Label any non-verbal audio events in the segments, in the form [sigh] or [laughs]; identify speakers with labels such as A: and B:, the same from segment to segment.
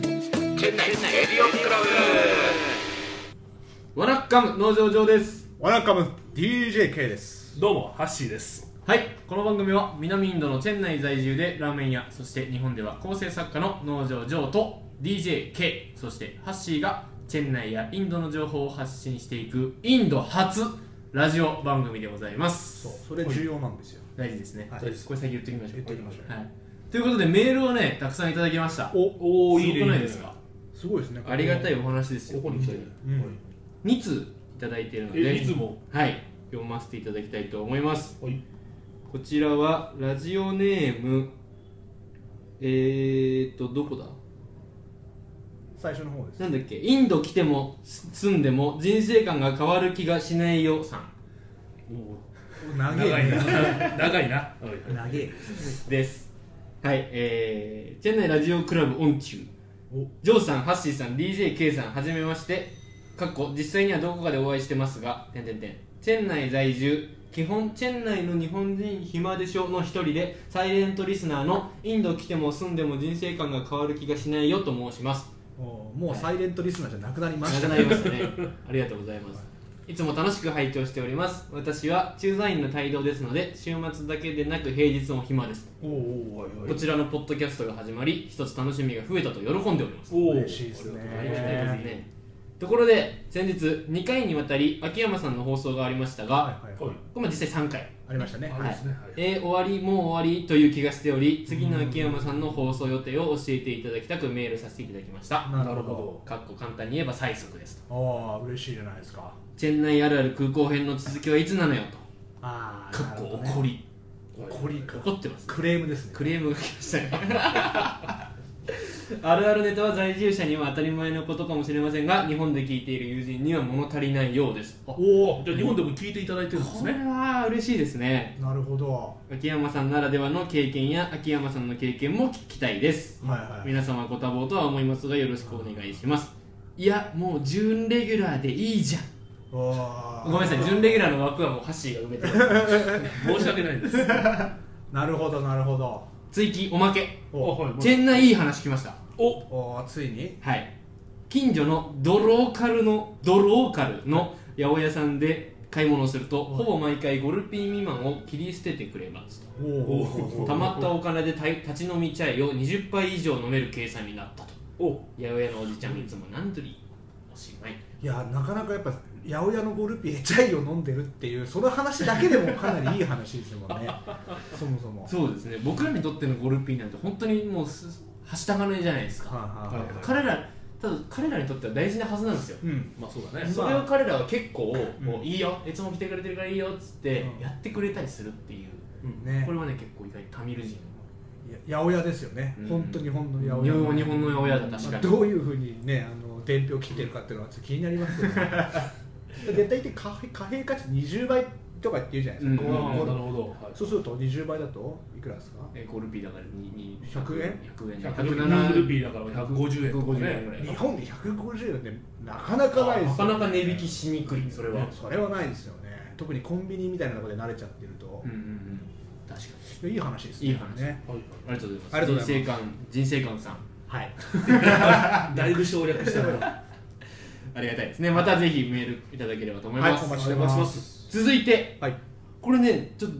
A: 店内エリオンクラ
B: わらっかむ農場上です
C: ワナカム DJK です
D: どうもハッシーです
B: はいこの番組は南インドのチェン内在住でラーメン屋そして日本では構成作家の農場上と DJK そしてハッシーがチェン内やインドの情報を発信していくインド初ラジオ番組でございます
C: そうそれ重要なんですよ
B: 大事ですね、
C: はい
B: これ先言っておきましょう
C: 言っておきましょう
B: はい、ということでメールをねたくさんいただきました
D: お
B: すごくないですか
C: すごいですね
B: ありがたいお話ですよ
D: ここに来たいね
C: うん
B: 2通いただいているの
D: え
B: で
D: いつも
B: はい読ませていただきたいと思います
D: はい
B: こちらはラジオネームえーとどこだ
C: 最初の方です
B: なんだっけインド来てもす住んでも人生観が変わる気がしないよさん
C: 長
D: 長
C: い
D: いな
C: ね
D: 長いな
C: 長い
B: ですはいえーチェンナイラジオクラブオンチュー
C: お
B: ジョーさんハッシーさん DJK さんはじめましてかっこ実際にはどこかでお会いしてますがてんてんてんチェン内在住基本チェン内の日本人暇でしょの一人でサイレントリスナーのインド来ても住んでも人生観が変わる気がしないよと申します
C: おもうサイレントリスナーじゃなくなりました
B: なくなりましたねありがとうございますいつも楽しく拝聴しております私は駐在員の帯同ですので週末だけでなく平日も暇です
C: おーおーおい
B: こちらのポッドキャストが始まり一つ楽しみが増えたと喜んでおります
D: お
C: 嬉しいですね
B: ありがたいですねところで先日2回にわたり秋山さんの放送がありましたが、
C: はいはい
D: は
C: はい
D: い
B: これも実際3回
C: ありましたね
D: あれですねはい
B: えー終わりもう終わりという気がしており次の秋山さんの放送予定を教えていただきたくメールさせていただきました
C: な
D: な
C: る
D: る
C: ほ
D: ほ
B: かっこ簡単に言えば最速ですと
C: どああ嬉しいじゃないですか
B: チェン内あるある空港編の続きはいつなのよ
C: あ
B: とか
C: あ
B: っこ怒り
D: ど
C: 怒りか
B: 怒ってます
C: クレームですね
B: クレームが来ました
C: [laughs]
B: ねあるあるネタは在住者には当たり前のことかもしれませんが日本で聞いている友人には物足りないようですあこ
D: おおじゃあ日本でも聞いていただいてるんです
B: れ
D: ね
B: は嬉しいですね
C: なるほど
B: 秋山さんならではの経験や秋山さんの経験も聞きたいです
C: はいはい
B: 皆様ご多忙とは思いますがよろしくお願いしますいやもう準レギュラーでいいじゃん
C: お
B: ごめんなさい準レギュラーの枠はもうハッシーが埋めてる
D: 申し訳ないです
C: なるほどなるほど
B: 追記おまけ
C: お
D: あはい
B: チェンナイいい話聞きました
D: お
C: おーついに
B: はい近所のドローカルのドローカルの八百屋さんで買い物をするとほぼ毎回ゴルピー未満を切り捨ててくれます
C: おお
B: と
D: お
B: たまったお金でたい立ち飲みチャイを20杯以上飲める計算になったと
D: お
B: 八百屋のおじちゃんいつも何ドリおしまい
C: いやなかなかやっぱ八百屋のゴルピエチャイを飲んでるっていうその話だけでもかなりいい話ですもん
B: [laughs]
C: ねそもそも
B: そうですね僕らにとってのゴルピーなんて本当にもうすはした金じゃないですか
C: はいはい
D: は
C: はい
D: いはい
B: 彼らただ彼らにとっては大事なはずなんですよ
C: うん
D: まあそうだね
B: それを彼らは結構、
C: ん
B: もういいよいつも来てくれてるからいいよっつって
C: うん
B: やってくれたりするっていう、
C: ね
B: これはね結構意外にタミル人
C: いや八百屋ですよね、
B: うん
C: 本当に日本の八
B: 日
C: 百
B: 本
C: 屋
B: 日本の八百屋だ確かに
C: まあどういうふうにねあの伝票切ってるかっていうのはちょっと気になりますけ
B: [laughs]
C: ど、ね、絶対って貨幣貨幣価値20倍とかって言うじゃないですか、
B: うん
C: こうこう
D: なるほどはい
C: そうすると20倍だといくらですか
B: えーゴルピーだからにに
C: 100円
B: 100円
D: 100ルーピーだから150円とか
B: 150円ぐ
D: ね
B: らい
C: 日本で150円ってなかなかないですよ
B: なかなか値引きしにくいそれは、
C: それはないですよね特にコンビニみたいなところで慣れちゃってると
B: う、んうんうん確かに
C: いい話ですね
B: いい話
C: ね
D: はい
B: ありがとうござ
C: あ
B: います人
C: りがとうござい
B: 生観人生観さん
C: はい
D: だいぶ省略したな
B: ありがたいですねまたぜひメールいただければと思い
C: はい
B: ま
C: お
B: す、
C: 待ちしてます
B: 続いて
C: はい
B: これねちょっと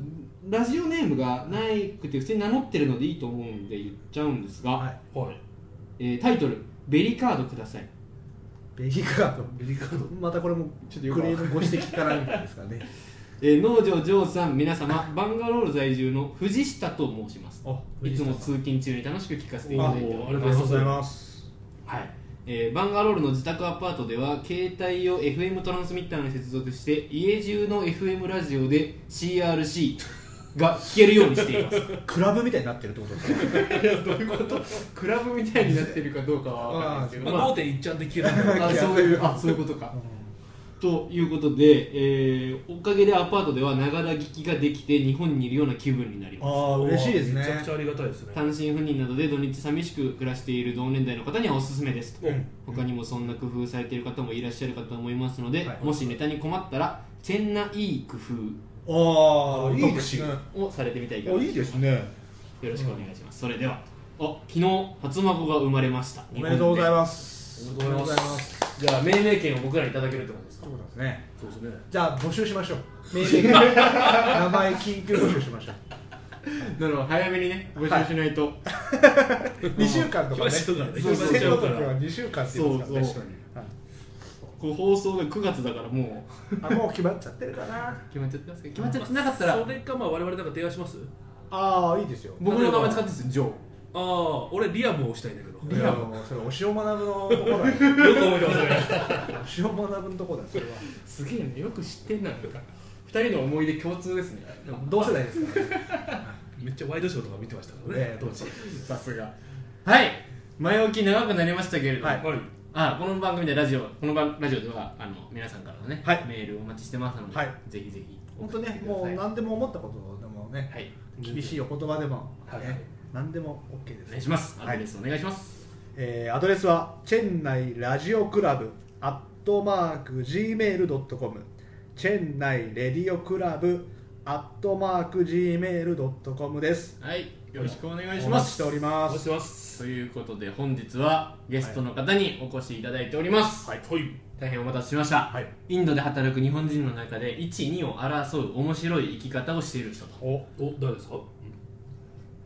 B: ラジオネームがないくて普通に名乗ってるのでいいと思うんで言っちゃうんですが、
C: はい
D: はい
B: えータイトル「ベリカードください
C: ベリーカード
D: ベリカード
C: またこれも
B: ち
C: ち
B: ょ
C: ょ
B: っと
C: っと
B: よくわかん
C: クレ
B: ない
C: ームご指摘からみたいですからね」
B: えー農場ジョーさん皆様バンガロール在住の藤下と申します
C: あ
B: いつも通勤中に楽しく聞かせていただいており
D: あ
B: ま
D: りが
B: す
C: あり
D: と
C: が
D: うご
C: とうご
D: ざ
C: ざ
D: い
C: い
D: ま
C: ます
B: はいえーバンガロールの自宅アパートでは携帯を FM トランスミッターに接続して家中の FM ラジオで CRC が聴けるようにしています
C: クラブみたいになってるってことですね
B: どういうこと [laughs] クラブみたいになってるかどうかは分かんないですけど、
D: ま
B: ま
D: あ
B: あ
D: 5.1ちゃんで聞ける
B: あそういうあそういうことかということで、えーおかげでアパートではながら聞きができて日本にいるような気分になり
C: あ
B: ます
C: あ嬉しいですね
D: めちゃくちゃありがたいですね
B: 単身赴任などで土日寂しく暮らしている同年代の方にはおすすめですと、
D: うん
B: 他にもそんな工夫されている方もいらっしゃるかと思いますので、
C: はい
B: もしネタに困ったらチェンないい工
C: ああ
D: いい
C: い
D: で
C: いですす
D: ね
C: ね
B: 夫をされてみたいが
C: いいですね
B: よろしくお願いします、それではあ昨日初孫が生まれました
C: おめでとうござい
B: ま
C: ます
D: おめでとうございます
B: すじゃあ命名権を僕らにいただけるってことですか
C: そうですね
D: そうですね
C: じゃあ募集しましょう名刺名前緊急募集しましょう
B: なるほど早めにね募集しないと、
C: 2週間とか
D: 来ま
C: ね
D: したからね
C: そうそう
B: 来ました
C: 生徒
B: か
C: と
D: ら
C: かは2週間って言いますから
B: そうそう
C: はい
B: これ放送が9月だからもう
C: あもう決まっちゃってるかな
B: 決まっちゃってますけど決まっちゃってなかったら
D: それかまあ我々なんか提案します
C: ああいいですよ
B: 僕の名前使ってですよジョー
D: ああ俺リアムをしたいんだけど
C: いやもうそれお塩学ぶのところだよ
D: よ
C: [laughs]
D: く思い出したね
C: お塩学ぶのところだよそれは
B: すげえねよく知ってんななんか2人の思い出共通ですね
C: 同世代ですからね
D: めっちゃワイドショーとか見てましたから
B: [laughs]
D: ね
C: ええ
D: 当時
B: さすがはい前置き長くなりましたけれども、
C: はい
D: はい
B: あこの番組でラジオこの番ラジオではあの皆さんからのね、
C: はい
B: メールお待ちしてますので、
C: はい
B: ぜひぜひ
C: 本当ねもう何でも思ったことでもね、
B: はい
C: 厳しいお言葉でも、
D: は
C: ね
D: い
C: 何でも OK です
B: お願いしますア
C: はい
B: ドレスお願いします、
C: えーアドレスはチェンナイラジオクラブアットマーク Gmail.com チェンナイレディオクラブアットマーク Gmail.com です
B: はい、よろしくお願
C: お
B: いしま
C: 待ちし
B: す
C: ておりま
D: お待ちし
C: す
D: てます
B: ということで本日はゲストの方にお越しいただいております、
D: はいはい
B: 大変お待たせしました、
D: はい
B: インドで働く日本人の中で12を争う面白い生き方をしている人と
C: お
D: お誰ですか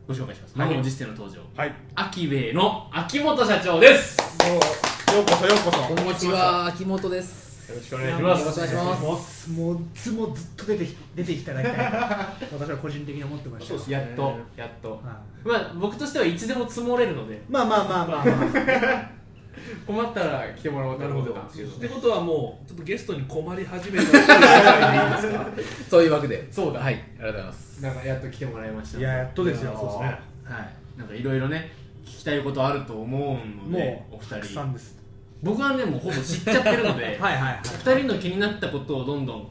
B: ご紹介します
C: はい
B: 満を持しての登場
C: はい
B: アキベイの秋元社長です
C: ようこそようこ
A: こんにちは、秋元です。
B: よろしくお
A: お
B: 願いします
A: よろしくお願いします。
C: そもうずもうずっと出てき出ていただきたい私は個人的に思ってました
D: そうです
B: やっとやっと
C: は
B: まあ僕としてはいつでも積もれるので
C: いまあまあまあまあ、まあ、
B: 困ったら来てもらおうと
D: なるほ
B: 思って
D: ど
B: たんですけど
D: ってことはもうちょっとゲストに困り始めたっていうぐらいでいいですか
A: そういうわけで。
B: そうだ
A: はい、ありがとうございます。
B: なんかやっと来てもらいました
C: いややっとですよ
D: いやそうですね
B: はいなんかいろいろね聞きたいことあると思うので
C: も
B: お
C: う
B: 二
C: たくさ
B: 人
C: んです
B: 僕はねもうほぼ知っちゃってるので
C: [laughs] はいはい
B: 二人の気になったことをどんどん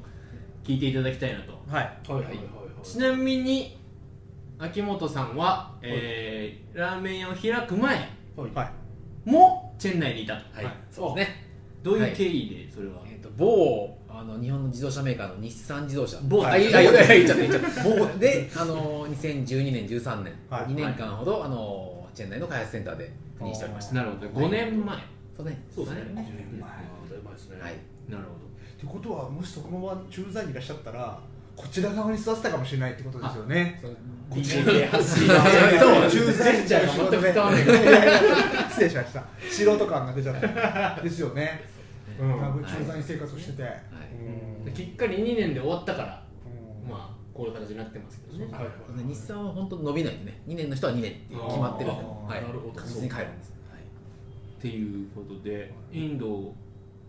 B: 聞いていただきたいなと
C: はいはい
D: はいはいはいはい
B: ちなみに秋元さんは、えーラーメン屋を開く前
D: はい
C: はい
B: もチェン内にいたと
A: はい
C: はい、
A: そうですね。
B: どういう経緯でそれは、
A: えっと、某、あの、日本の自動車メーカーの日産自動車。
B: 某
A: あ、いやいやいや、言っちゃった、言っちゃった。 [laughs] 某で、あの、2012年、13年、
C: はい
A: 2年間ほど、あの、チェン内の開発センターで赴任しておりました。
B: なるほど5年前、
A: そうね。
D: そうですね
B: はい
D: うんまあだいぶ前ですね
A: はい。
B: なる
C: ってことはもしそこのまま駐在にいらっしゃったらこちら側に座ってたかもしれないってことですよね
B: ほど
C: こっち
B: BJK 発信
A: そう
C: 駐在
B: ジェスチャーが全く伝わらない
C: いやいやいや失礼しました素人感が出ちゃったですよね
B: う
C: 多分
B: ん
C: 駐在生活をしてて、うん
B: きっかり2年で終わったから
C: うん
B: まあこういう形になってますけどね
D: はいはい
A: そうね日産は本当伸びないんでね、2年の人は2年っていう決まってるんで、
C: あー
A: はい、
D: なるほど
A: 確実に帰るんです。
B: っていうことでインド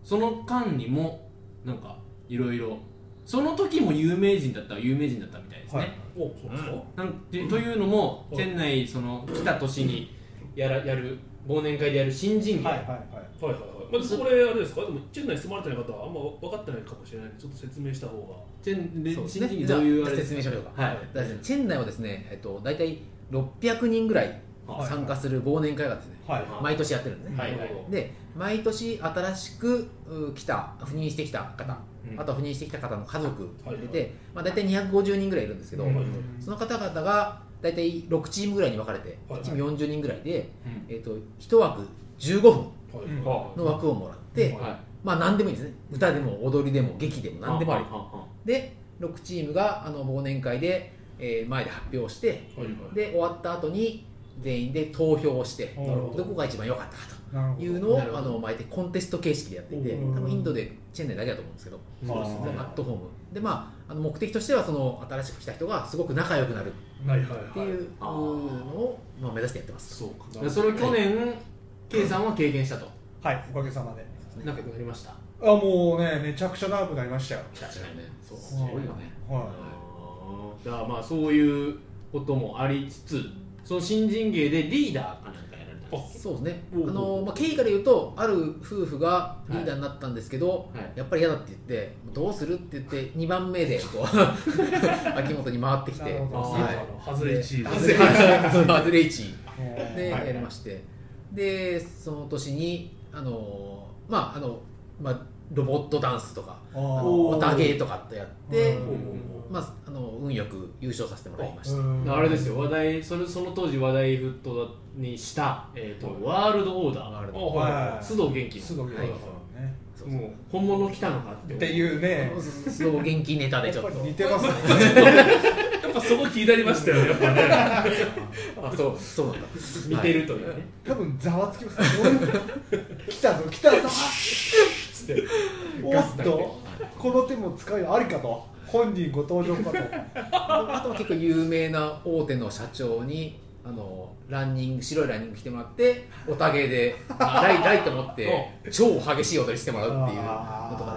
B: その間にもなんかいろいろその時も有名人だった有名人だったみたいですね、
C: はい
D: おそうですか
B: なんてというのも
D: はい
B: 店内その来た年にやらやる忘年会でやる新人芸、
C: はいはいはい
D: はいはいはい、まあ、これあれですか、でもチェン内に住まれてない方はあんま分かってないかもしれないんで、ちょっと説明した方が。
B: 店で
A: そうです
B: 新
A: ね
B: 人芸
A: じゃ
B: ど
A: あ
B: ういうあれです
A: 説
B: か
A: 明しましょうか。
B: はい
A: だからですねチェン内はですね、えっと、大体600人ぐらい
C: はい
A: 参加する忘年会がですね、
C: はい
B: はい
A: 毎年やってるんですね、
B: はい
D: なるほど
A: で毎年新しくう来た赴任してきた方、
B: うん
A: あとは赴任してきた方の家族入れて、
D: は
A: まあ、大体250人ぐらいいるんですけど、
C: うん
A: その方々が大体6チームぐらいに分かれて、
D: はい
A: 1チーム40人ぐらいで、
B: うん
A: えっと1枠15分
D: はい
C: うん
D: はい
A: の枠をもらって、
D: はい
A: まあ何でもいいですね歌でも踊りでも劇でも何でもあり
B: り
A: で6チームがあの忘年会で、えー前で発表して
D: はいはい
A: で終わった後に全員で投票をして
C: なるほど
A: どこが一番良かったか
C: なるほ
A: と
C: ど
A: いうのを
B: なるほ
A: あ
B: ど
A: の毎回コンテスト形式でやっていて
C: うん
A: 多分インドでチェン内だけだと思うんですけど
D: そうです
A: ア
D: ね。
A: ットホームでまああの目的としてはその新しく来た人がすごく仲良くなる
D: はいはい
A: っていううーのを、まあ、目指してやってます
B: そうか
D: なるほど
B: だからそれを去年 K さんは経験したと
C: はいおかげさまで
B: 仲良くなりました
C: あもうねめちゃくちゃ長くなりましたよ
A: 確かにねそう
C: す
A: す
C: ご
A: ご
C: い
A: い
C: よ
A: よね
C: は
B: だからまあそういうこともありつつその新人芸でリーダーかなんかやられたんです
A: そうですねあ
D: おうおう
A: の、まあ、経緯から言うとある夫婦がリーダーになったんですけど、
B: はい
A: やっぱり嫌だって言ってどうするって言って2番目でこう秋元に回ってき
C: な
A: て
C: るほど
A: は
D: ハズレ1位
A: い外れ外れ1
C: いもう
A: 位で
C: は
A: や
C: い
A: りましてでその年にあのまああのまあロボットダンスとか
C: あ
A: あ
C: ー
A: のオタゲーとかってやって
C: う、ん
A: まあ、あの運よく優勝させてもらいました、
C: うん
B: あれですよ話題それその当時話題沸騰にした、えーとワールドオーダ
A: ワール
D: あ
A: ド
D: はいはい
B: ー須藤元気
C: 須藤健太さんね
A: そうそう
B: もう本物来たのかって
C: っていうね
A: そうそうそうそう元気ネタでち
C: やっ
A: ょ
C: ぱ
A: っ
C: り
A: と
C: 似てますね
D: やっぱそこ気になりましたよねやっぱ
B: [laughs]
D: ね
A: あそうそうなんだ
B: 見てるというね、
C: 多分ざわつきますお来たぞ来たぞつっておっとこの手も使うよありかと本人ご登場かと
A: あとは結構有名な大手の社長にあのランニング白いランニング着てもらっておたげでライラ [laughs] イと思って超激しい踊りしてもらうっていうのとか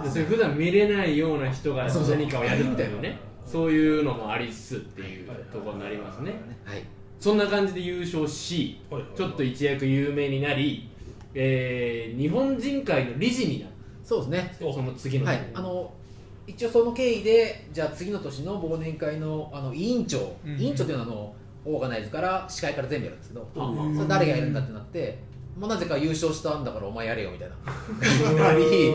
C: あ
B: で
A: で
B: すそれ普段見れないような人が
A: そうそう
B: 何かをやるみたいなねそういうのもありつつっていうところになりますね
A: はい
B: そんな感じで優勝し
D: はいはい
B: ちょっと一躍有名になり、えー日本人会の理事になる
A: そうですね
D: お
B: その次の
A: は
B: 年
A: いあの一応その経緯でじゃあ次の年の忘年会のあの委員長、
C: うん
A: 委員長っていうのはあのオーガナイズから司会から全部やるんですけど
B: あまあ
A: それ誰がやるんだってなって、もうなぜか優勝したんだからお前やれよみたいな [laughs] なりで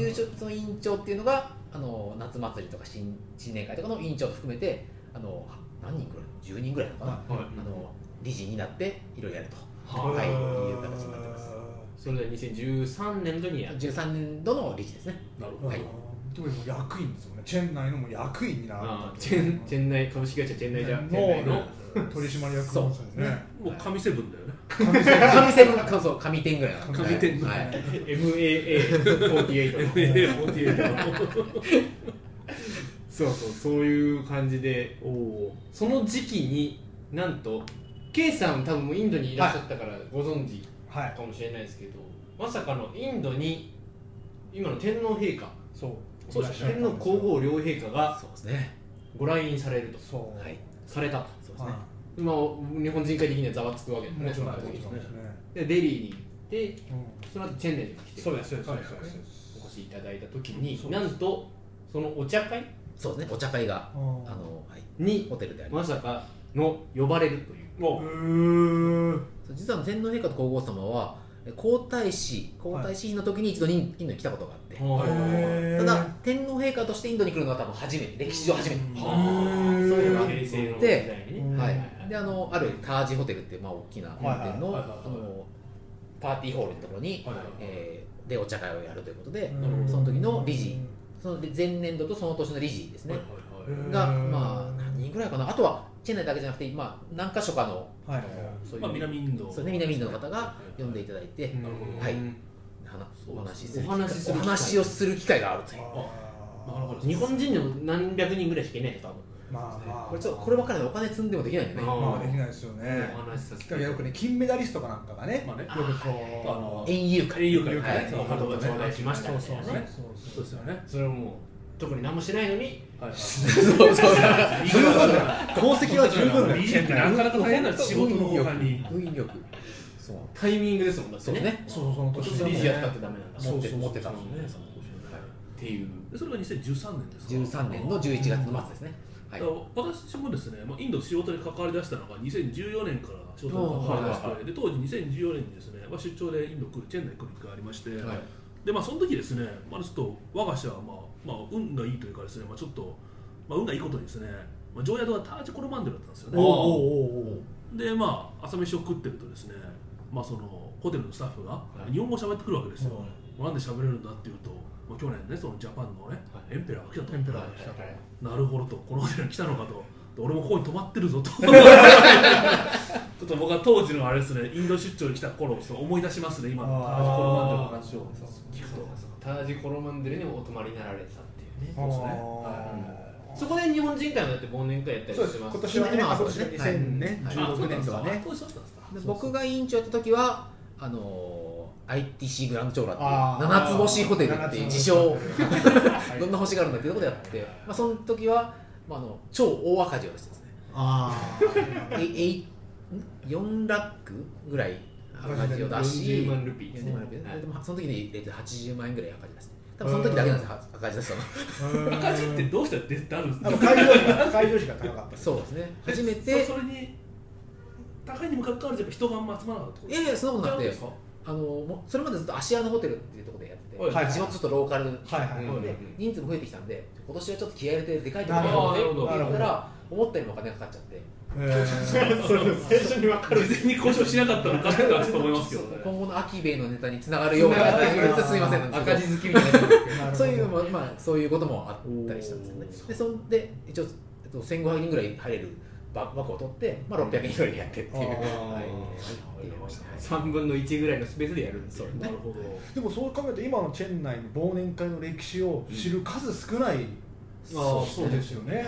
A: 優勝その委員長っていうのがあの夏祭りとか新新年会とかの委員長を含めてあの何人ぐらい10人ぐらいなのかな、
C: は
B: はい
A: あの理事になっていろいろやると
B: はい
A: はいいう形になってます
B: それで2013年度にやる
A: 13年度の理事です [laughs] ね
D: なるほど
A: はい
C: でも役員ですもんねチェン内のもう役員になる
B: あーチェンチェン内株式会社チェン内じゃチェン内の
C: の取締役なんですよね
D: もう神セブンだよね
A: 神セブンかそう神天ぐらいなの
D: 神天
A: はい
B: MAA48 の
D: MA48
B: そうそうそういう感じで
D: おお
B: その時期になんと K さん多分もうインドにいらっしゃったからご存知
C: はい
B: かもしれないですけど、まさかのインドに今の天皇陛下
C: そう
B: そして天皇皇后両陛下が
A: そうですね
B: ご来院されると
C: そう
A: はい
B: されたと
A: そうですね
C: は
B: 今日本人会的にはざわつくわけです
C: い
B: ね
C: もちろんも
B: その時
C: ちろんですね
B: でデリーに行って
C: うん
B: その後チェンネルに来て
C: そうですそうですそうです
D: はいはい
B: お越しいただいた時に
D: そうで
B: な
D: す
B: んとそのお茶会
A: そうですねお茶会が
C: うん
A: あの、はい、
B: に
A: ホテルであります
B: まさかの呼ばれるという
D: も
C: うー
A: 実はあの天皇陛下と皇后様はえ皇太子皇太子妃の時に一度インインドに来たことがあって、
B: は
C: へー
A: ただ天皇陛下としてインドに来るのは多分初めて歴史上初めて、
B: い
C: うん
B: はあそういうのが平成の時代にね
C: うん
A: はい、であのあるタージホテルっていう、まあ、大きなホテルの,、
D: はいはいはいはい
A: あのパーティーホールのところに、
D: はいはい
A: えーでお茶会をやるということで、
D: うん
A: その時の理事その前年度とその年の理事です
D: う
A: ね、
D: はいはいはい
A: が、
C: うん
A: まあ、何人ぐらいかなあとはチェンナイだけじゃなくて、まあ、何か所かの
C: はいはい
A: そういう,、
D: まあ南インド
A: そうね、南インドの方が呼んで
D: い
A: いただいて、
D: なるほど
A: はい
B: うん
A: 話
D: そう
A: お話しする
B: お話しする
A: お話をする機会があるという。
D: なるほど
B: 日本人でも何百人ぐらいしかいないです多
C: まあまあ
A: これちょっとこればっかりでお金積んでもできないんでね
B: あ
C: まあできないですよね
B: 分お話しさせ
C: だからよくね金メダリストかなんかがね
D: まあね
C: よく
D: あ
C: こ
D: の
A: 園遊会
D: 園遊会
A: はい
D: ねそう
B: お言葉頂戴しま
C: う
B: した
C: そう
B: み
C: そ
B: たいな
C: うそう
B: ね
D: そうですよね
B: それはもう特に何もしてないの
D: は
B: に
D: いはい
A: そうそう
C: 十分だよ功績は十分だよ
D: 理事ってなかなか大変な [laughs] 仕事の他に
A: 運力そう
B: タイミングですもんだって
A: そう
B: ね
A: ね
C: そうそうその
B: 今
C: 年
B: 年
C: だね
B: 理事やったってダメなんだ
A: 持っ
C: そうそ
A: て
C: うそう
A: 持ってた
D: そうねそうかもしれない
B: っていう
D: でそれが2013年ですか
A: 13年の11月の末ですね
D: だ
A: はい
D: から私もですね、まあ、インド仕事に関わり出したのが2014年から仕事に関わり出して、
B: はい
D: で当時2014年にですね、まあ、出張でインド来るチェンナイ来る機会がありまして、
A: はい
D: でまあその時ですね、まあ、ちょっと我が社は、まあまあ、運がいいというかですね、まあ、ちょっと、まあ、運がいいことにですね、まあ、常夜堂はタージコロマンデルだったんですよ
C: おう
D: ね
C: おうおうおう
D: でまあ朝飯を食ってるとですね、まあ、そのホテルのスタッフが
B: い
D: 日本語を喋ってくるわけですよ、
C: は
D: なんで喋れるんだっていうと、まあ、去年ねそのジャパンのね、
B: はい
D: エンペラーが来たと
C: エンペラーが来た
B: はい
D: なるほどと、このホテルに来たのかと、で俺もここに泊まってるぞ
C: [laughs]
D: と、ちょっと僕は当時のあれですね、インド出張に来た頃をちょっと思い出しますね、今のタージコロマンデルの話を聞くと。
B: タージコロマンデルにもお泊まりになられてたっていうね
C: あー
D: ですね
B: そこで日本人会もだって忘年会やったり
C: そうで
B: し
C: す
B: てます
C: 今年はね
A: ま
C: あ
A: あ
C: 今年は
A: はい
C: 2016年度はね
D: 当時だったんですか。
C: そ
A: で
C: うそう
A: 僕が委員長やった時はあのー ITC グランドチョーラ
C: あ
A: っていう
C: ー
A: 七つ星ホテルっていう自称
C: はい
A: どんな星があるんだっていうことをやって、まあ、その時は、まあ、あの超大赤字を出してですね
C: あ
A: え
C: ー
A: えいん4ラックぐらい赤字を出し
B: 40万ルピーですね
A: 40万ルピー
B: はい
A: でもその時に入れて80万円ぐらい赤字出して多分その時だけなんですよ赤字出したの
D: 赤字ってどうしたら出たんです
C: あ
D: か
C: の開業費が開業費が高かった
A: そうですね
D: で
A: 初めて
D: そそれに、高いにもかかわらず、やっぱ人があんま集まらなかったってこと
A: いやいやそんなことなくて
D: 違うんですか
A: あのもうそれまでずっと芦屋のホテルっていうところでやってて、
D: はい
C: はい
A: 地元ちょっとローカルで、
C: はいはい
B: うん
A: 人数も増えてきたんで今年はちょっと気合い入れてでかいところ
C: な
A: や
C: るほど
A: ろうね
C: なるほ
A: って言った
C: ど
A: ら思ったよりもお金がかかっちゃって
C: えーそれ最初に分かる
D: 事前に交渉しなかったのかってのはちょっと思いますけどね
A: 今後のアキベイのネタにつながるようなすみませんなんですけ
B: 赤
A: ど
B: 字好きみたいになってますけど
A: そういうまあまあそういうこともあったりしたんですよね。でそんで一応えっと1500人ぐらい入れるば枠を取って、まあ600人ぐらいでやってってい
C: あ
A: う。
C: ー
A: はい
D: はい
A: やりましたね
B: 3分の1ぐらいのスペースでやるんです
A: そ
B: よ
A: う
D: な
A: ね
D: る。ほど
C: でもそう考えて今のチェン内の忘年会の歴史を知る数少ない、
D: ああそうです
C: よね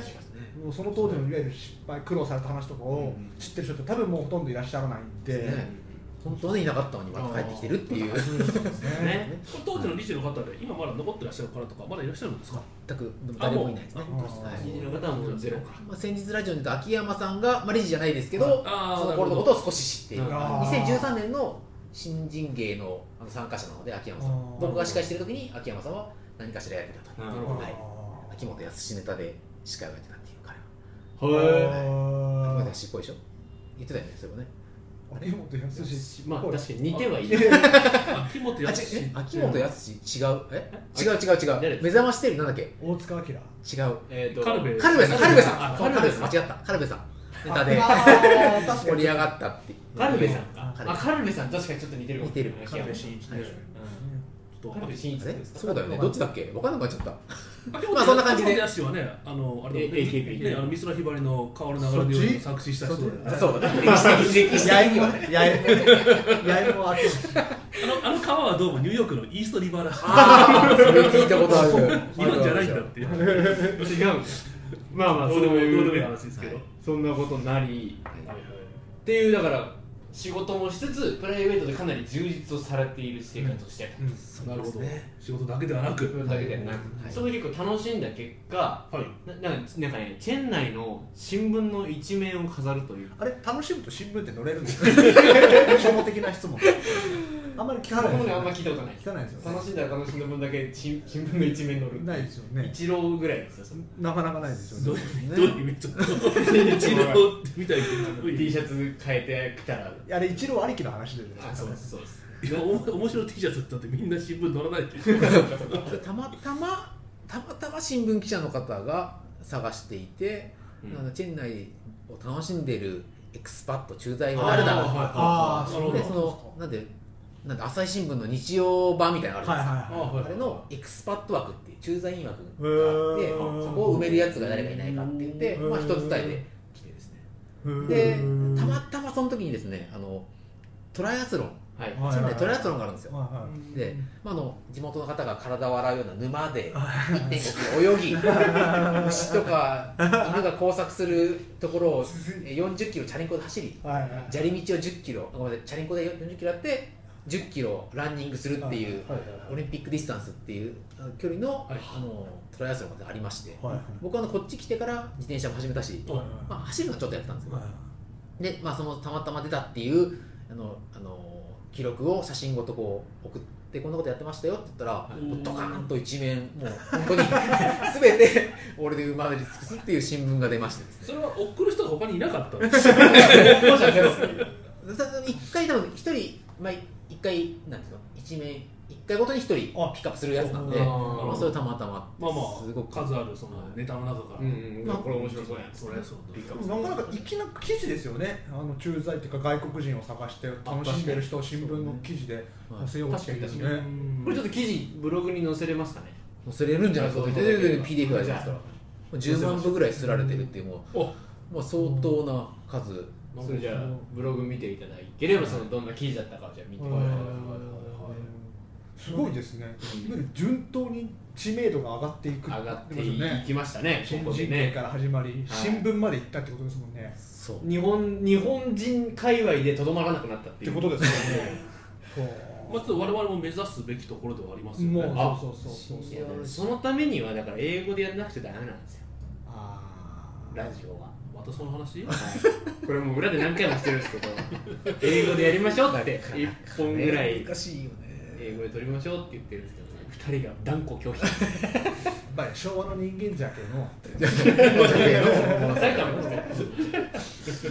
C: もうその当時のいわゆる失敗苦労された話とかを知ってる人って多分もうほとんどいらっしゃらないんで、
A: ね本当にいなかったのにまた帰ってきてるっていう。
B: ね
D: これ当時の理事の方で今まだ残ってらっしゃる方とかまだいらっしゃるんですか
A: 全く誰もいないですね。
D: あも
A: は
D: う
C: あ本当です
A: い
C: ね
B: 理事の方はもうゼロか
A: まあ、先日ラジオに出た秋山さんが、まあ、理事じゃないですけど、
D: あー
A: その頃のことを少し知っている
B: なる
C: ほど
A: 2013年の新人芸のあの参加者なので秋山さ
C: あ
A: ん
C: ー
A: 僕が司会してる時に秋山さんは何かしらやってたと
B: なる
D: ほど
A: はい、秋元康ネタで司会をやってたっていう彼
B: へ
A: は秋元
C: は
A: 康っぽいでしょ言ってたよねそれもね
C: い秋元康
B: えまあ確かに似てはいる
C: に
D: 秋元
A: あ
D: 康
A: ちえ秋元康違うえ違う違う
B: 誰
A: 違う目覚ましてるなんだっけ
C: 大塚明
A: 違う
B: えーと
D: カルベ
A: カルベさんカルベさ
D: あ
A: んそう
B: カ
A: カ
B: ルベ
A: ルベ
B: さん
A: さん間違ったカルベさんネタで
C: あー確か
A: 盛
C: に
A: り上がったって
B: カルベさん
D: あ
B: ああカルベさん確かにちょっと似てるかも
A: 似てる
B: カルベ真一
D: カルベちょっ
B: カ
D: と
B: ルベ真一
A: あれ
B: ですか
A: そうだよねどっちだっけ分かんなくなっちゃった
D: ま
A: まあそんな感じで
D: 秋元康はね、あの、あれだもんね、
B: A- AKB
D: ねあの、美空ひばりの香る流れのように作詞した人だよね。あ
A: そうだね。歴史的歴史的にはね。
C: やいやいもあって
D: の、あの川はどうもニューヨークのイーストリバーらしい。
A: ああ、それ聞いた
C: [laughs]
A: ことある。
D: 日本じゃないんだっていう。
B: 違うんですまあまあ
D: ど
B: そう
D: でも、どう
B: う
D: でもいい話ですけど。
B: そんなことなりっていうだから仕事もしつつプライベートでかなり充実をされている生活をしてた、
D: なるほど。仕事だけではな
B: そ
D: く。
B: れだけではなく、
A: はい
B: それを結構楽しんだ結果
D: はい。
B: ななんかなんかねチェン内の新聞の一面を飾るという
C: あれ楽しむと新聞って載れるんですか初歩的な質問あんまり聞か
B: こ
C: ない
B: の
C: です
B: ねあ
C: よ
B: んま
C: ね
B: 聞いたことないです
C: 聞かないですよね
B: 楽しんだら楽しんだ分だけ新新聞の一面載る
C: ないですよね
B: 一郎ぐらいですよその
C: なかなかないですよね
D: どういう、どういう意味、ちょっと。一郎みたいな。
B: T シャツ変えてきたら
C: あれ一郎ありきの話でね
B: あそうですそうです
D: いや、おも面白い T シャツだってみんな新聞載らないって。
A: たまたま、たまたま新聞記者の方が探していて、
B: うん
A: あのチェン内を楽しんでるエクスパット駐在は誰だろう
C: あー
D: なるほ
A: で
D: ど
A: そのなんでなんで朝日新聞の日曜版みたいなのあるん
C: はい
A: ですよ、
C: はいは
D: あはい
A: あれのエクスパット枠っていう駐在員枠
C: い
A: があって
C: へー
A: そこを埋めるやつが誰かいないかって言って、まあ、人伝えてきてですねで
C: うん
A: たまたまその時にですねあのトライアスロン
B: はい
C: はい
A: チェン内トライアスロンがあるんですよ、
C: は
A: で、まあ、あの地元の方が体を洗うような沼で1.5キロ泳ぎ牛とか犬が工作するところを40キロチャリンコで走り
C: いはいはいはい
A: 砂利道を10キロごめんなさいチャリンコで40キロやって10キロランニングするっていう
C: はいはい
A: オリンピックディスタンスっていうあの距離の,、
D: はい
A: あのトライアスロンがありまして
C: はい
A: 僕はあのこっち来てから自転車も始めたし、
D: はい
A: まあ、走るのはちょっとやってたんですよ
C: はい
A: で、まあ、そのたまたま出たっていうあのあの記録を写真ごとこう送ってこんなことやってましたよって言ったら、
D: い
A: もうドカーンと一面もう本当に [laughs] 全て俺で埋まり尽くすっていう新聞が出ましてですね
D: それは送る人が他にいなかったんですよ。
B: どうしたんですか
A: ただ一回多分一人、まあ、一回なんていうの一面一回ごとに一人ピックア
C: あ
A: ップするやつなんで
C: あー
A: まあ、それたまたま
D: まあまあ、
A: すごく
D: 数あるそのネタの中から。
B: うん、うん、これ面白そうやん
D: それそう
B: ピックアッ
C: で
B: プす
C: も
B: る
C: なかなか粋な記事ですよね、あの駐在っていうか、外国人を探して楽しんでる人を新聞の記事で載せようとしてるんですね。
B: 確これちょっと記事ブログに載せれますかね
A: 載せれるんじゃないですか
B: そう
A: 全
B: そう
A: 然全然 PDF がありますからもう
D: じゃあ
A: 10万部ぐらい刷られてるっていうもう
D: お
A: まあ、相当な数
B: それじゃあブログ見ていただければそのどんな記事だったかをじゃあ見て
C: う
B: い
C: ん
B: ただ
C: すごいですね
B: うん、
C: なんか順当に知名度が上がっていく
B: 上がって
C: ことですよ
B: い
C: ね、
B: きましたねこ
C: 新
B: こで
C: 人芸
B: ね
C: から始まり、
B: はい
C: 新聞まで行ったってことですもんね。
A: そう
B: 日本日本人界隈でとどまらなくなったっ
C: って
B: い
C: て
B: う
C: ことですよね。
D: まあ、ちょっと我々も目指すべきところではありますよ
C: も
D: ね。
C: う
D: あ
C: そうそうそうそう
B: いやそのためにはだから英語でやらなくちゃダメなんですよ
C: あ
B: ラジオは
D: またその話
B: はいこれもう裏で何回もしてるんですけど英語でやりましょうって1本ぐらい
A: 難しいよ
B: 英語で撮りましょうって言ってるんですけど、ね、2人が断固拒否
C: ーやっぱり昭和の人間じゃけの
B: 埼玉ですね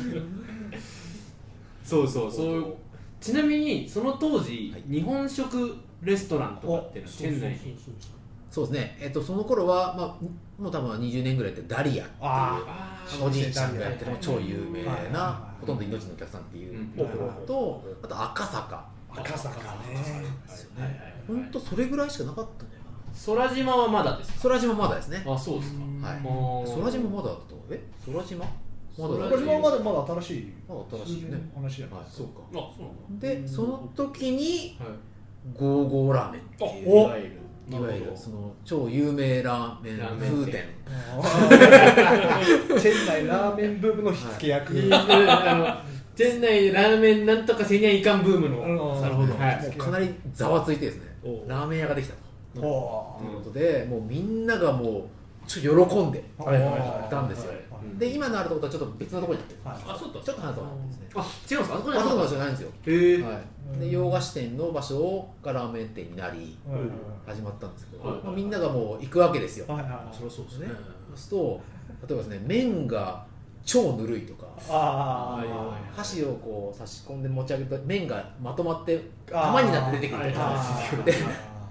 B: そうそうそういうちなみにその当時、
A: はい
B: 日本食レストランとかっていうのはチェン内に
A: そうですね、えっと、その頃は、まあ、もう多分20年ぐらいってダリアっていう
B: あ
C: あ
A: あのおじいちゃんがやってる
B: はい
A: 超有名
C: はいはい
A: な
C: はい
A: ほとんど命のお客さんっていう
B: うん
A: ところとあと赤坂
C: 赤坂ね
A: 本当それぐらいしかなかったんじゃないか
B: 空島はまだです
A: な空島まだですね
B: あそうですか
A: はい
B: もう
A: 空島まだだとえ空島まだだ
C: こ
A: と
C: れもまだまだ新しい
A: まだ新しいよね
C: 話じゃない
A: はい
C: そう
D: あそうなんだ
A: でその時に
B: はい
A: ゴーゴーラーメンっていう
B: いわゆる
A: いわゆるその超有名ラーメン
B: ラーメン
A: 風
B: 店
A: 店
C: チェン内ラーメンブームの火付け役
B: いいあの店内ラーメンなんとかせにゃいかんブームの、
C: なる
D: ほど
B: はい
A: もうかなりざわついてですね
D: おう
A: ラーメン屋ができたと
C: ほ
A: ということでもうみんながもうちょっと喜んで
C: う
D: はいはいはい
A: たんですよ
D: はい
B: うん
A: で今のあるところとはちょっと別のところになってる
D: あそうだ
A: ちょっと話そうなんですね
B: あ違うんですかあそこ
A: あ
B: じゃなか
A: そこ
B: った
A: の場所じゃないんですよ、
B: へえ
A: はい、で洋菓子店の場所がラーメン店になり
C: はいはい
A: 始まったんですけど、
B: はい
A: まあ、みんながもう行くわけですよ、
C: はいはい
D: そりゃそうですね
A: ねそうすると例えばですね麺が超ぬるいとか
C: あ
D: はいは
A: 箸をこう差し込んで持ち上げると麺がまとまって
C: あー
A: 玉になって出てく
C: あ
A: ると
D: はい
A: か
D: はいはい
A: で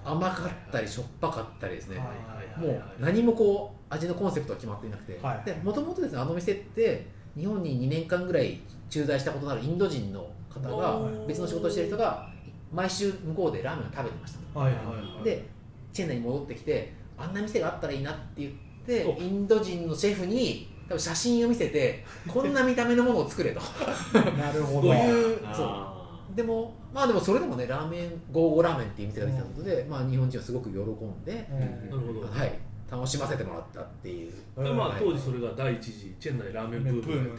A: 甘かったりしょっぱかったりですね
C: はい
A: もう何もこう味のコンセプトは決まっていなくて
C: はい
A: でもともとですねあの店って日本に2年間ぐらい駐在したことのあるインド人の方が別の仕事をしてる人が毎週向こうでラーメンを食べてましたと
C: はいはい
A: でチェンナイに戻ってきてあんな店があったらいいなって言っ
D: お
A: てインド人のシェフに多分写真を見せてこんな見た目のものを作れと [laughs]
C: なるほ
A: と
C: ど
A: いうそう
B: あ
A: でもまあでもそれでもねラーメンゴーゴーラーメンっていう店ができたことで、まあ、日本人はすごく喜んで、
D: なるほど
A: はい、楽しませてもらったっていう
D: でまあ
A: はい
D: 当時それが第一次チェン内ラーメンブームにな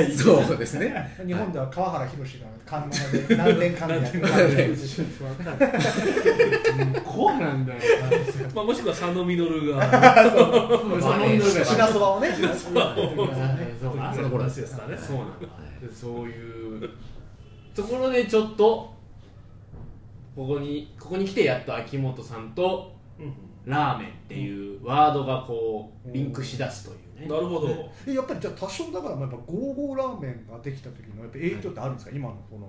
D: ってき
A: [laughs] そうですね
C: 日本では川原宏が観音で何年間でやってるかっていう [laughs]
B: あこうなんだよ
D: たまあもしくは佐野実が
A: まあね
C: 品そばをね [laughs]
B: そうなん
A: そ
B: だ
A: の頃です
D: ですかね
B: そうなんだそういうところでちょっとここにここに来てやっと秋元さんと
D: うんうん
B: ラーメンっていうワードがこうリンクしだすというね
D: なるほど
C: えやっぱりじゃあ多少だからまあやっぱゴーゴーラーメンができた時のやっぱ影響ってあるんですか、今のこの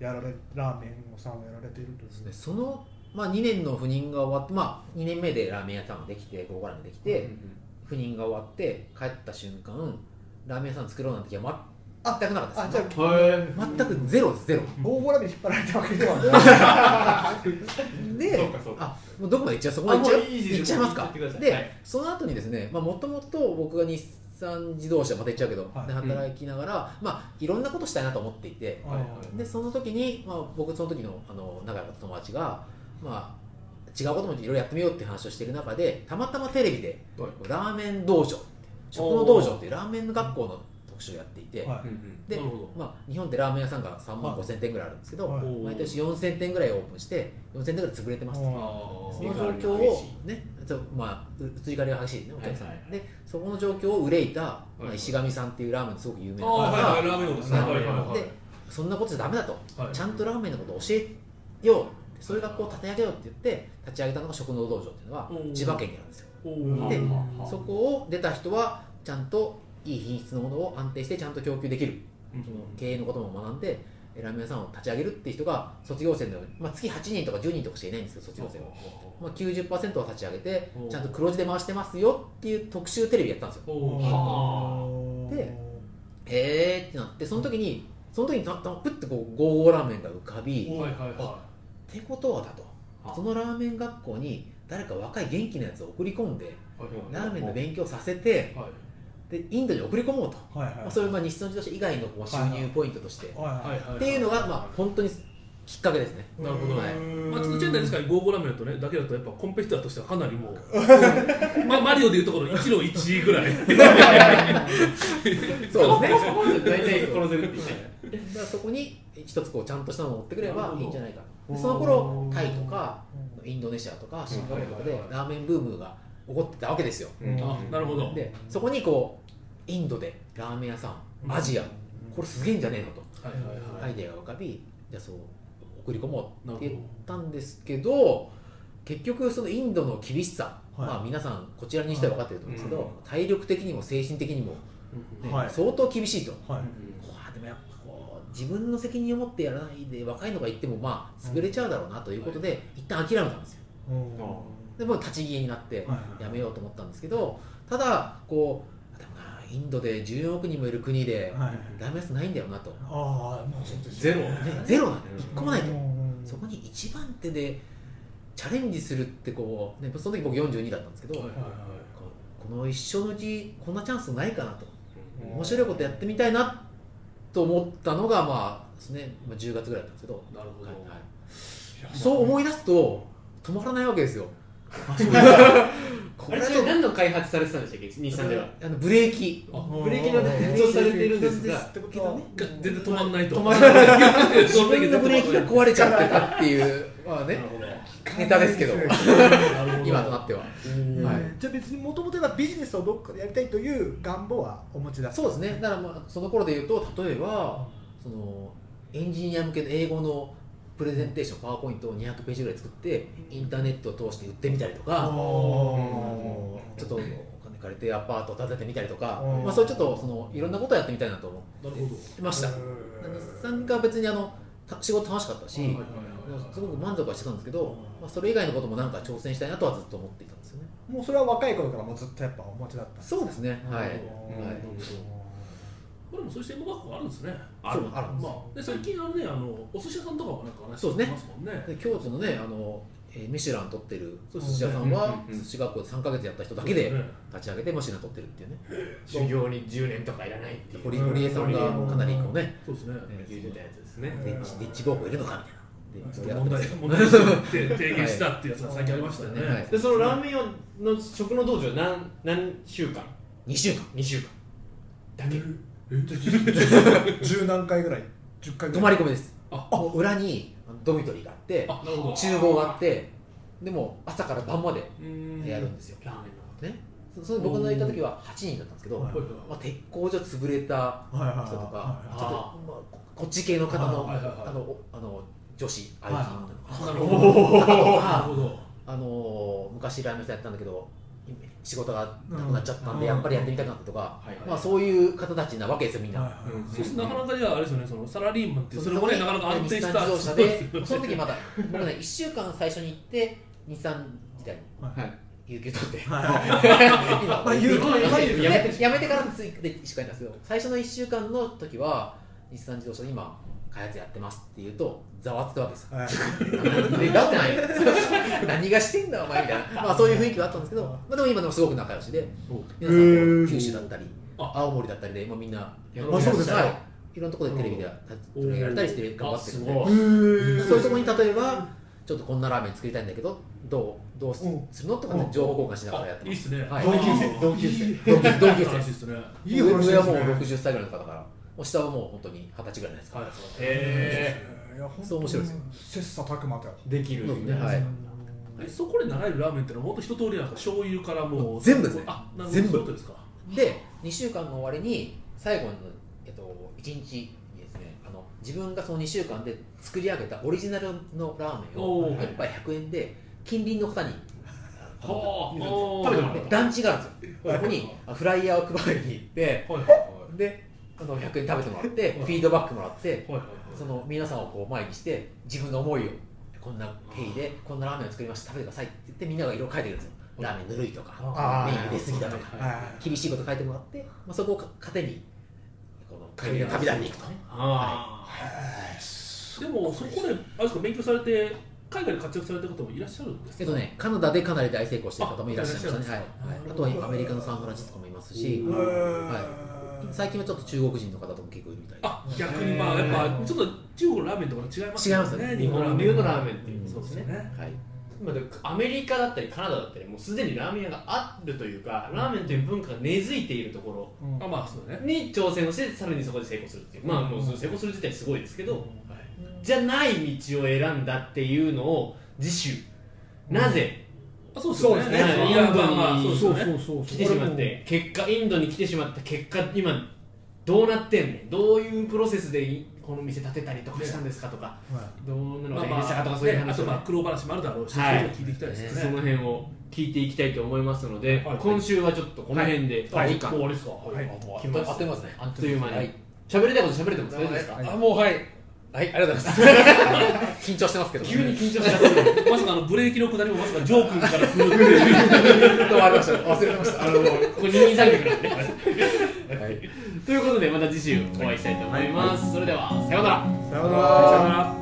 C: やられラーメンをさんをやられてるという
A: その、まあ、2年の赴任が終わって、まあ、2年目でラーメン屋さんができてゴーゴーラーメンできて、赴任が終わって帰った瞬間ラーメン屋さん作ろうなんて気は全くなかった
C: あ
A: で
C: じゃ
A: す、
C: あ
B: へ
A: 全くゼロですゼロ
C: ゴーゴーラーメンに引っ張られたわけではない
A: で
B: そうかそうか
A: あもうどこまで行っちゃうそこまで行っち
B: あ
A: ゃう
B: もういいですよ
A: 行っちゃいます
B: 行
A: か
B: ってください
A: で、
B: はい
A: その後にですねもともと僕が日産自動車また行っちゃうけど、
C: はい
A: で働きながら、まあいろんなことしたいなと思っていて、
C: はいはい
A: でその時に、まあ、僕その時のあの仲良かった友達が、まあ、違うこともいろいろやってみようって話をしてる中でたまたまテレビで
B: はい
A: ラーメン道場食の道場っていうラーメン学校の特集をやっていて、
C: は
B: え
C: い
A: で
D: なるほど
A: まあ、日本ってラーメン屋さんが3万
C: はい
A: 5000店ぐらいあるんですけど、
C: はい
A: 毎年4000店ぐらいオープンして4000店ぐらい潰れてますと
C: はい
A: その状況を、ねそうまあ、う移り変わりが激しいねお客さん、
B: はいはいはい
A: でそこの状況を憂いた、ま
B: いは
A: あ、
B: い
A: 石神さんっていうラーメンのすごく有名な
D: あ
A: 方
D: あ
A: が、
D: はいはいラーメン王ですね
A: ラーメン王
D: はいはいはい
A: でそんなことじゃダメだと
D: はい
A: ちゃんとラーメンのことを教えようってそういう学校を立て上げようって言って立ち上げたのが食能道場っていうのは
D: うん
A: 千葉県にあるんですよ
D: お
C: う
D: ー
C: ん
A: で
B: あ
A: そこを出た人はちゃんといい品質のものを安定してちゃんと供給できる経営のことも学んでラーメン屋さんを立ち上げるっていう人が卒業生の、まあ、月8人とか10人とかしかいないんですけど卒業生は、まあ、90%は立ち上げて
D: うん
A: ちゃんと黒字で回してますよっていう特集テレビやったんですよ
D: お
C: お
D: お
C: ー
A: でへえってなってその時にその時にたたプッてこうゴーゴーラーメンが浮かび、
D: はいはいは
A: ってことはだと
B: あ
A: そのラーメン学校に誰か若い元気なやつを送り込んで
D: いはいはい
A: ラーメンの勉強させて
D: はい
A: でインドに送り込もうと、
C: はいはい
A: まあ、そういうまあ日産自動車以外のこう収入ポイントとして、
C: はい
D: は
C: はいい
D: はい
A: っていうのがまあ本当にきっかけですね
D: なるほど
A: はい
D: まあ、ちょっとチェンナイです
C: か
D: からゴーゴーラーメンとねだけだとやっぱコンペティターとしてはかなり
A: [laughs]
D: もう、ま、マリオでいうところ一の一位ぐらい
A: そうですね
B: 大体殺せるって言って
A: だからそこに一つこうちゃんとしたのを持ってくればいいんじゃないかと
C: なるほど
A: でその頃タイとか
C: う
A: インドネシアとかシンガポールとか
D: はい
A: で
D: はい
A: ラーメンブームが起こってたわけですよ
D: あなるほど
A: でそこにこうインドでラーメン屋さんアジアこれすげえんじゃねえのと
D: はいはいは
A: ア
D: い
A: イデアが浮かびじゃあそう送り込もうって言ったんですけど結局そのインドの厳しさ、
C: はい
A: まあ、皆さんこちらにしては分かってると思うんですけど、
B: はい
A: 体力的にも精神的にも、ね
C: はい
A: 相当厳しいと、
C: はい
A: こうでもやっぱこう自分の責任を持ってやらないで若いのが言ってもまあ潰れちゃうだろうなということで、一旦諦めたんですよ
C: うん
B: あ
A: でもう立ち消えになって
D: はいはい
A: やめようと思ったんですけどただこうでもなインドで14億人もいる国で
D: はい
A: ラーメン屋さんないんだよなと、ね、
E: ああまあそうです
B: ゼ
E: よ
B: ロ
E: ね
A: ゼロなの
B: うん
A: 1個もないと、
E: うん
A: そこに一番手でチャレンジするってこう、ね、その時僕42だったんですけど、
D: はいはい
A: この一生のうちこんなチャンスないかなと
B: うん
A: 面白いことやってみたいなと思ったのがまあですねまあ10月ぐらいだったんですけど、
D: なるほど、
A: はいはい
E: いや
A: そう思い出すと止まらないわけですよこ
B: あれ
A: は
B: ち
A: ち
B: なみに
A: ょっと
B: 何の開発されてたんでしたっけ日産では
A: あのブレーキ
B: ブレーキの
A: ブ
B: 発
A: レー
B: 動
A: キ
B: されているんです
A: なん
B: が
A: てことはね
D: が全然止まんないと
A: 止まんない
D: そ [laughs]
A: 自
D: の時
A: 分の
D: 全
A: ブ
D: 然
A: レーキ
D: 止まん
A: が
D: ない
A: 壊れちゃってたっていうまあね [laughs] ネタですけ [laughs] ど
D: なるほど
A: 今となっては
D: うん
A: はい
C: じゃあ別にもともとビジネスをどっかでやりたいという願望はお持ちだった
A: そうですねだからまあその頃で言うと例えばそのエンジニア向けの英語のプレゼンテーションパワーポイントを200ページぐらい作ってインターネットを通して売ってみたりとか
E: おー
A: ちょっとお金借りてアパート建ててみたりとか
C: うん
A: まあそういうちょっとそのいろんなことをやってみたいなと思
D: なるほど
A: ってました
E: へ
A: 日
E: ー
A: 産が別にあのた仕事楽しかったし
D: はいはい
A: すごく満足はしてたんですけどまあそれ以外のこともなんか挑戦したいなとはずっと思っていたんですよね
C: もうそれは若い頃からもうずっとやっぱお持ちだったんです
A: そうですねはい
C: うん
A: はい
D: これもそういう専門学校あるんですね
B: ある
A: そうあるんです
D: まあ、で最近あのねあのお寿司屋さんとかもなんか話
A: そう
D: して
A: ですね
D: ますもんね
A: で京都のねあの、えーミシュラン取ってる寿司屋さん
B: うん
A: は
B: うんうんうん
A: 寿司学校で3か月やった人だけで
D: そうですね
A: 立ち上げてミシュラン取ってるっていうね
B: 修行に10年とかいらないっていう
A: 堀堀江さんがかなりこうね
D: そうですね
A: え
B: 言って
A: ー
B: たやつですね
A: デッチデッチ暴行いるのかみたいなで
D: ち
A: ず
D: ょ
A: っ
D: っ
A: と
D: と
A: やっ
D: 問
A: てま
D: 題
A: す
D: 問題って提言したってやつが最近ありましたよね、
A: [laughs] はいはい
B: でそのラーメン屋の食の道場何何週間
A: 2週間
B: 2週間だけ
C: 十何回ぐらい10回ぐ
A: 泊
C: ら
A: ま
C: い
A: り込みです
D: あ
A: もう裏にあのドミトリーがあって
D: あなるほど
A: 厨房があってでも朝から晩まで
D: うーん
A: やるんですよ、
B: ラーメンの
A: ね、そその僕の行った時は8人だったんですけど、
C: はい
D: はいはい
A: まあ、鉄工所潰れた
C: はいはいはい
A: 人とか
B: い
A: ちょっとまあここっち系の方の
D: はいはいはい
A: あのおあの女子愛人なのか
D: なる
A: と
D: ほどなる
A: か
D: ほど
A: あの昔ラーメン屋やってたんだけど仕事がなくなっちゃったんで
C: うん
A: やっぱりやってみたくなったとか
B: はいはい
A: まあそういう方たちなわけですよみんな。
C: はいはい
D: そうするとなかなかじゃああれですよねそのサラリーマンってそれもねなかなか安定した
A: 日産自動車でその時まだ僕ね1週間最初に行って日産時代に
B: はい
A: 有給取って
C: まあ
A: 今
C: 有給
B: まあ有給
A: やめてやめてからついでしかいたんですけど最初の1週間の時は日産自動車で今開発やってますって言うとざわつくわけですよ
C: はい
A: でだってない何がしてんだお前みたいな、まあ、そういう雰囲気はあったんですけど、まあ、でも今でもすごく仲良しで皆さんこう九州だったり
D: あ
A: 青森だったりでもうみんなや
B: あそう
C: ですか
A: はい、いろんなところでテレビで取り上げられたりして頑張ってるんで
D: あすごい
A: そういうところに例えばちょっとこんなラーメン作りたいんだけどどうどうす
C: うん
A: するのとかね情報交換しながらやって
D: いい
A: ま
D: っ
A: す
D: すね
A: はい
C: 同級生同級
A: 同級同級生
D: 話
A: で
D: ですすねはい
C: いい話ですね
A: 上はもう60歳ぐらいの方だからもう下はもう本当に二十歳ぐらいなんですか
D: はい
A: ら、
B: へ
C: いや本
A: そう面白いですよ
C: 切磋琢磨だよ
B: えできる
A: そうですねはい
D: えそこで習えるラーメンってのはもっと一通りなんか醤油からも
A: も
D: う
A: う全部ですね
D: あなるほど
A: 全部
D: そういうことですか
A: で2週間の終わりに最後の、えっと、1日にですねあの自分がその2週間で作り上げたオリジナルのラーメン
D: お
A: を
D: ー
A: 一杯100円で近隣の方にあの
D: はあ
A: 食べてもらって団地があるんですよそこにあフライヤーを配りに行って
D: はいはいはい
A: であの100円食べてもらってフィードバックもらって
D: はいはい
A: その皆さんをこう前にして自分の思いをこんな経緯でこんなラーメンを作りました食べてくださいって言ってみんなが色を変えてくるんですよラーメンぬるいとか
C: あー
A: 麺入れすぎだとか
D: はい
C: はい
A: 厳しいこと書いてもらって、まあ、そこを糧にこの旅が旅立っていくとね
B: あ
D: でもそこであれですか勉強されて海外で活躍された方もいらっしゃるんです
A: え
D: か
A: っとねカナダでかなり大成功してる方もいらっしゃいましたね
D: あ
A: はいはい
D: なるほ
A: あと
D: ど
A: は今アメリカのサンフランシスコもいますし、
D: うん
A: はい、最近はちょっと中国人の方とも結構いるみたいで
D: あ逆にまあやっぱちょっと中国のラーメンとか違いますよ
A: 違います
D: ね
A: ね
B: 日
D: 日本
B: 本
D: の
B: 流の
D: ラー
B: ラー
D: メ
B: メンっていう
D: そうですね
A: はい、
B: 今でもアメリカだったりカナダだったりもうすでにラーメン屋があるというかラーメンという文化が根付いているところ
C: うん
D: ンあまあそうね
B: に挑戦をしてさらにそこで成功するっていうまあもうその成功する自体すごいですけどじゃない道を選んだっていうのを次週なぜ
D: あそうですよね
B: そうですね
D: いやまあまあそうです
C: そ
D: よ
C: う
D: ね
C: そうそう
B: 来てしまって結果インドに来てしまった結果今どうなってんねんどういうプロセスでこの店建てたりとかしたんですかとかどんなの
D: ま
B: が
D: あ
B: いいで
D: ま
B: した
D: あ
B: かとかそういう
D: ねあ
B: 話
D: と
B: をね
D: まあ苦労話もあるだろうしそう
B: はい
D: いうの聞いていきたいです
B: そ
D: よ
B: の
D: ね
B: 辺を聞いていきたいと思いますので
D: はい
B: 今週はちょっとこの辺でお
D: あもう
B: 時
D: 終
B: 間
D: わりですか
A: はい、あもうあっという間ですね
B: あっという間に、
A: はい
B: 喋りたいこと喋れても大
A: なる
B: 丈夫で
A: ほどね
B: すか、
A: あもうはいはいありがとうご [laughs] ざいます緊張してますけど
B: 急に緊張しちゃっ
D: まさかあのブレーキの下りもまさかジョー君から振るっていう
A: どうもありました忘れて
D: [laughs]
A: ましたあの
B: た [laughs] ここ二人三脚なんでねということでまた次週お会いしたいと思います、それではさようなら
C: さようなら。